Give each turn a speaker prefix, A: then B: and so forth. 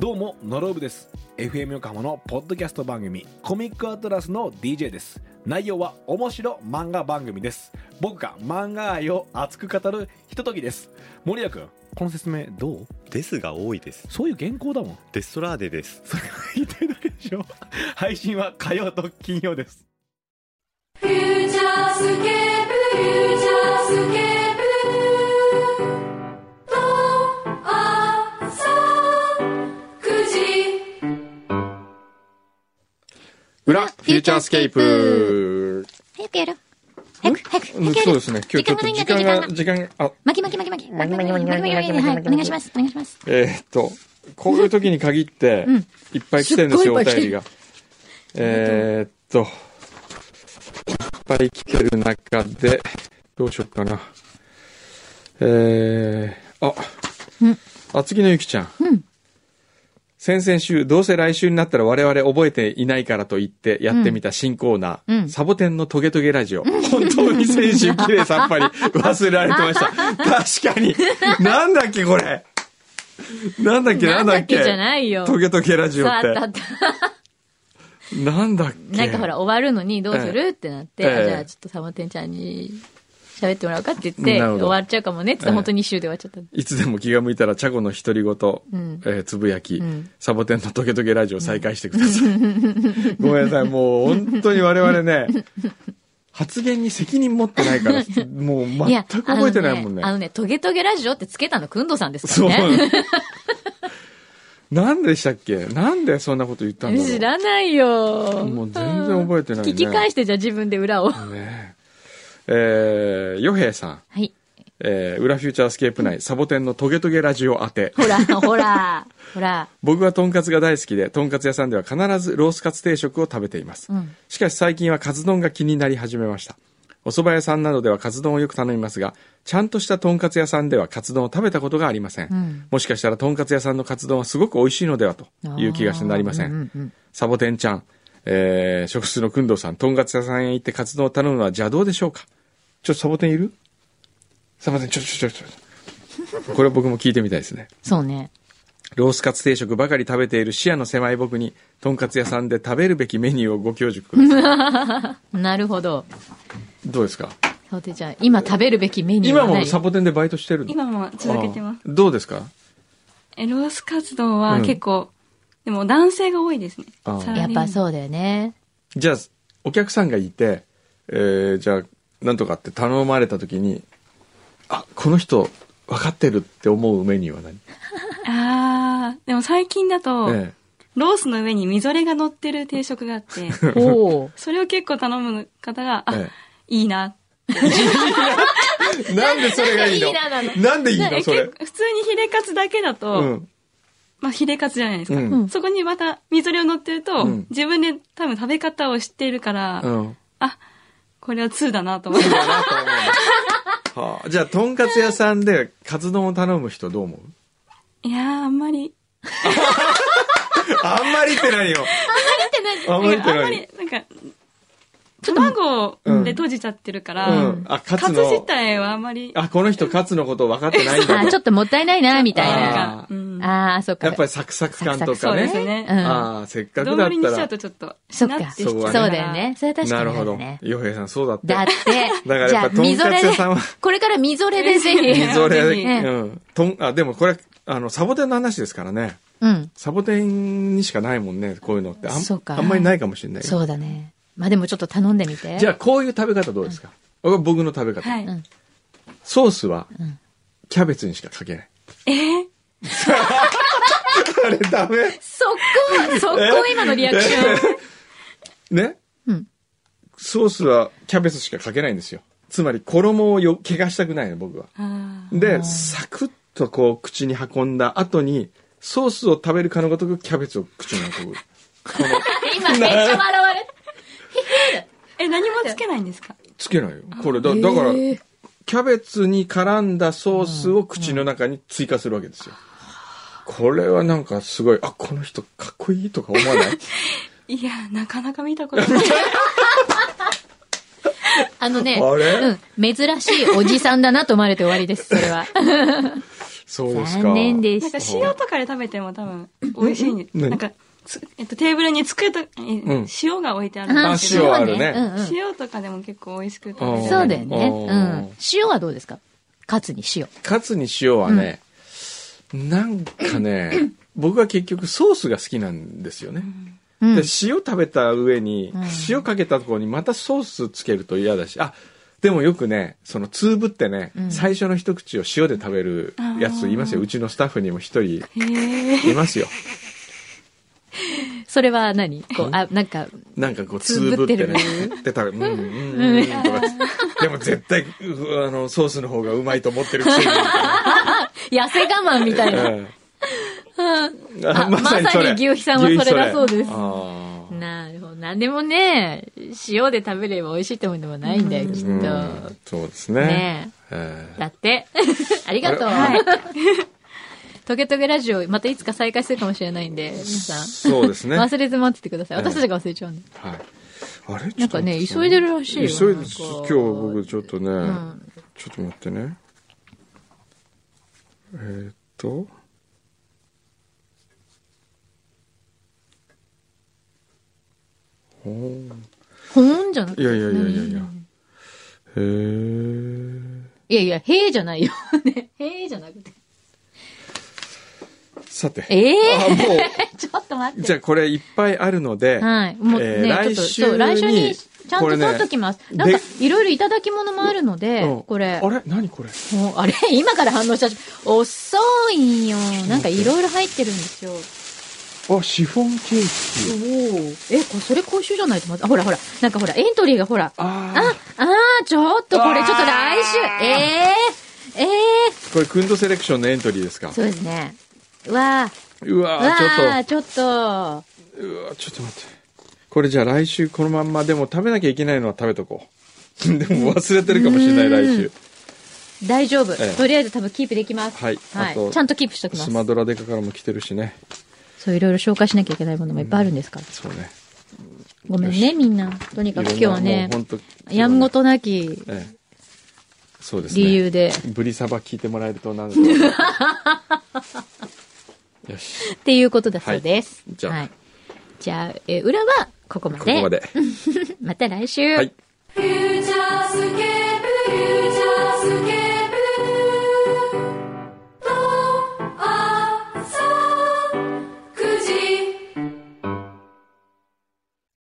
A: どうもノロブです FM 横浜のポッドキャスト番組コミックアトラスの DJ です内容は面白漫画番組です僕が漫画愛を熱く語るひとときです森谷君この説明どう
B: ですが多いです。
A: そういう原稿だもん
B: デストラーデです。
A: それが言ってるだけでしょ配信は火曜と金曜です
C: 「フューチャースケープフューチャースケープル」「とあさ9時」
D: 裏、フューチャースケープ。
E: 早くやろう。早く、早く、
D: うん
E: 早くやろ
D: そうですね。今日ちょっと時
E: 時間
D: 間
E: がないんだ
D: が、時間が、あ、
E: 巻き巻き巻き巻き。巻き巻き巻き巻き巻き巻き。はい、お願いします。お願いします。
D: えーっと、こういう時に限って
E: うん、
D: いっぱい来てるんですよ、
E: すっ
D: お
E: ごいいっぱい来て
D: 便
E: る
D: りが。えーっと、いっぱい来てる中で、どうしよっかな。えー、あ、
E: うん
D: 厚木のゆきちゃん。
E: うん
D: 先々週、どうせ来週になったら我々覚えていないからと言ってやってみた新コーナー、
E: うん
D: サボテンのトゲトゲラジオ。本当に先週綺麗さっぱり忘れられてました。 確かに。なんだっけこれ。なんだっけなんだっけ
E: じゃないよ。
D: トゲトゲラジオっ
E: さあ、
D: て
E: あ。った。
D: なんだっけ
E: なんかほら、終わるのにどうするってなって、
D: ええ
E: あじゃあちょっとサマテンちゃんに喋ってもらおうかって言って、
D: なるほ
E: 終
D: ど
E: わっちゃうかもねって言って、本当に一周で終わっちゃった。
D: いつでも気が向いたら、チャゴの独り言、
E: ん
D: えーつぶやき、
E: ん
D: サボテンのトゲトゲラジオ再開してください。 ごめんなさい、もう本当に我々ね、発言に責任持ってない から、もう全く覚えてないもんね。
E: あのね、トゲトゲラジオってつけたのくんどさんですか
D: そう。
E: らね。
D: なんでしたっけなんでそんなこと言ったんだろう
E: 知らないよ。
D: もう全然覚えてないね
E: 聞き返して、じゃあ自分で裏を。は
D: ねえー、ヨヘイさん、
E: い。
D: えー、裏フューチャースケープ内、サボテンのトゲトゲラジオ宛て。
E: ほら、ほら、ほら。
D: 僕はとんかつが大好きで、とんかつ屋さんでは必ずロースカツ定食を食べています。
E: うん
D: しかし最近はカツ丼が気になり始めました。お蕎麦屋さんなどではカツ丼をよく頼みますが、ちゃんとしたとんかつ屋さんではカツ丼を食べたことがありません。
E: うん
D: もしかしたらとんかつ屋さんのカツ丼はすごく美味しいのではという気がしてなりません。
E: うんうんうん
D: サボテンちゃん、えー、食室のくんどうさん、とんかつ屋さんへ行ってカツ丼を頼むのは邪道でしょうかちょ、サボテンいるサボテン、ちょ、ちょ、ちょ、ちょ。これ僕も聞いてみたいですね。
E: そうね。
D: ロースカツ定食ばかり食べている視野の狭い僕に、とんかつ屋さんで食べるべきメニューをご教授ください。
E: なるほど。
D: どうですか
E: サボテンちゃん、今食べるべきメニュー
D: 今
E: は何
D: もサボテンでバイトしてるの
F: 今も続けてます。
D: ああどうですか
F: え、ロースカツ丼は結構、でも男性が多いですね。
D: ああ
F: サラリ
E: や
F: ー
E: っ
F: マン
E: ぱそうだ よね。
D: じゃあ、お客さんがいて、えー、じゃあ、なんとかって頼まれた時に、あ、この人、分かってるって思うメニューは何
F: ああ、でも最近だと、
D: え
F: ロースの上にみぞれが乗ってる定食があ って、
E: おお。
F: それを結構頼む方が、あ、
D: え
F: いいな。
D: えなんでそれがいいの
E: いいななの
D: なんでいい
F: え
D: の
F: 結
D: それ。
F: 構普通にヒレカツだけだと、
D: うん。
F: まあヒレカツじゃないです
D: う
F: か。
D: ん。
F: そこにまたみぞれを乗ってると、
D: うん
F: 自分で多分食べ方を知っているから、
D: うん。
F: あ、これは2だ なと思っ
D: いい
F: て。
D: なと思うはあ、じゃあ、とんかつ屋さんでカツ丼を頼む人どう思う
F: いやー、あんまり、
D: あんまりって何よ。あんまり
F: な
D: っ
F: ん
D: て
F: かあんま
D: 何
F: り、なんか、卵で閉じちゃってるから、
D: うん。あ、カ
F: カ
D: ツ
F: ツ
D: の。
F: 自体はあんまり、
D: あ、この人カツのこと分かってないん
E: あ
D: だ
E: ー、ちょっともったいないな、みたい
D: あ
E: な。
F: なんか、うん、
E: ああー、そっか。
D: やっぱりサクサク感とか
E: サ
F: そうで
D: ね。
F: すね。
E: うん
D: ああ、せっかくだっ
F: 丼に
D: た
F: しちゃ
D: ら
F: う。とちょっと、
E: そっ
F: な
E: か。
F: て
E: そ
F: し
E: う
F: ちゃう
E: だ
F: から
E: よね。。それは確か
D: な
E: に
D: る
E: あ
D: ほ
E: る
D: ど
E: ね。。
D: 洋平さん、そうだっ。
E: だってて、
D: だから
E: じ
D: やっ
E: ゃ
D: ぱ
E: あ、みぞ
D: とんか
E: れ
D: つ屋
E: で
D: さんは、
E: これからみぞれでぜ
F: み
E: ひ。
D: そ
F: ぜひ
D: れ、うん。とん、あ、でもこれ、あの、サボテンの話ですからね。
E: うん。
D: サボテンにしかないもんね、こういうのって。あん
E: そうか
D: あんまりないかもしれないよ。
E: そうだね。まあでもちょっと頼んでみて。
D: じゃあ、こういう食べ方どうですかこれ僕の食べ方。
F: はい。
E: うん
D: ソースは
E: ん、
D: キャベツにしかかけない。
F: えー
D: あれダメ
E: 速攻、速攻今のリアクション。
D: ね
E: うん
D: ソースはキャベツしかかけないんですよ。つまり衣をよ怪我したくないの、僕は。
F: あ
D: で、サクッとこう口に運んだ後に、ソースを食べるかのごとくキャベツを口に運ぶ。
E: 今、テンション現れた。
F: ーえ、何もつけないんですか
D: つけないよ。これだ、だから、
E: えー
D: キャベツに絡んだソースを口の中に追加するわけですよ。これはなんかすごい、あ、この人かっこいいとか思わない
F: いや、なかなか見たことない。
E: あのね、
D: あれ
E: うん、珍しいおじさんだなと思われて終わりです、それは。
D: そうですか。
E: 残念で
F: なんか
E: した。
F: 塩とかで食べても多分美味しいんで、
D: 何
F: なんかつ、えっと、テーブルに机と、え
D: ん
F: 塩が置いてあるん
E: あ
F: で
D: あ
F: すけ
D: 塩
F: ど、
D: はあるね
E: うんうん
F: 塩とかでも結構美味しく食べ
D: あ
F: れ
D: ー
F: る
E: そうだよね。
D: お
E: う
D: ー
E: ん。塩はどうですかカツに塩。
D: カツに塩はね、なんか ね、僕は結局ソースが好きなんですよね。
E: うん
D: で塩食べた上に、
E: うん
D: 塩かけたところにまたソースつけると嫌だしあでもよくねその粒ってね、
E: ん
D: 最初の一口を塩で食べるやついますようちのスタッフにも一人
F: へえ
D: いますよ
E: それは何こう、あ、なんか、
D: なんかこう
E: 粒
D: 粒
E: っ
D: ってて
E: る
D: ねで食べうんうんうんうんとかでも絶対うあのソースの方がうまいと思ってるく せに
E: 痩せ我慢みたいな。
D: うん
E: あまさに牛肥さんはそれだそうです
D: 牛肥あー
E: なるほど。なんでもね、塩で食べれば美味しいってもんでもないんだよ、きっ
D: うん
E: と。
D: そうですね
E: ね
D: え
E: だって。ありがとう。トゲトゲラジオ、またいつか再開するかもしれないんで、皆
D: え
E: さん。
D: そうです ね
E: 忘れず待っててください。
D: ええ
E: 私たちが忘れちゃうんで。
D: はい。あれ
E: なんかね、急いで
D: る
E: るらしいよ。
D: 急いで
E: なん
D: る
E: か
D: 今日僕ちょっとね、
E: ん
D: ちょっと待ってね。えー、っと。
E: ほんじゃなくて。
D: いやいやいやいやいや。へー
E: いやいや、へえじゃないよ。ね、へえじゃなくて。
D: さて。
E: ええ
D: あ、も
E: ちょっと待
D: う、
E: っ
D: じ
E: て。
D: ゃあこれいっぱいあるので、
E: はい。もうね、
D: えー
E: ちょっと、そう、
D: 来
E: 来
D: 週
E: 週に
D: に、
E: ちゃんと取っときます。
D: これ
E: な
D: ね
E: んか、いろいろいただき物もあるので、
D: うん
E: これ。
D: あれ何これ
E: もうあれ 今から反応したし、遅いよ。なんかいろいろ入ってるんですよ。お
D: あ、シフォンケーキ。
E: え、これ、それ今週じゃないとまず、あ、ほらほら、なんかほら、エントリーがほら、あ
D: あ
E: あー、ちょっとこれちょっと来週、えー、え
D: あ。これ、クンドセレクションのエントリーですか
E: ー、そうですね。うわ
D: う
E: ー、
D: わ
E: うわ
D: ー、
E: ー、ちょっと、
D: ちょっと。うわー、ちょっと待って。これじゃあ来週このまんまでも食べなきゃいけないのは食べとこう。 でも忘れてるかもしれな
E: う
D: い、
E: ん
D: 来週。
E: 大丈夫、
D: ええ
E: とりあえず多分キープできます。
D: はいあと
E: ちゃんとキープしとき
D: ス
E: ます。
D: マドラデカからも来てるしね。
E: そう、いろいろ紹介しなきゃいけないものもいっぱいあるんですから。
D: そうね。
E: ごめんね、みんな。とにかく今日はね
D: いろんなもう、本当
E: やんご。となき
D: ええそうですね。
E: 理由で、
D: ブリサバ聞いてもらえるとなん か。よし。
E: っていうことだそうです。
D: はいじゃあ
E: はいじゃあえー裏はここま
D: こ
E: で。
D: こまで。
E: また来週。
D: はい。
C: フューチャースケ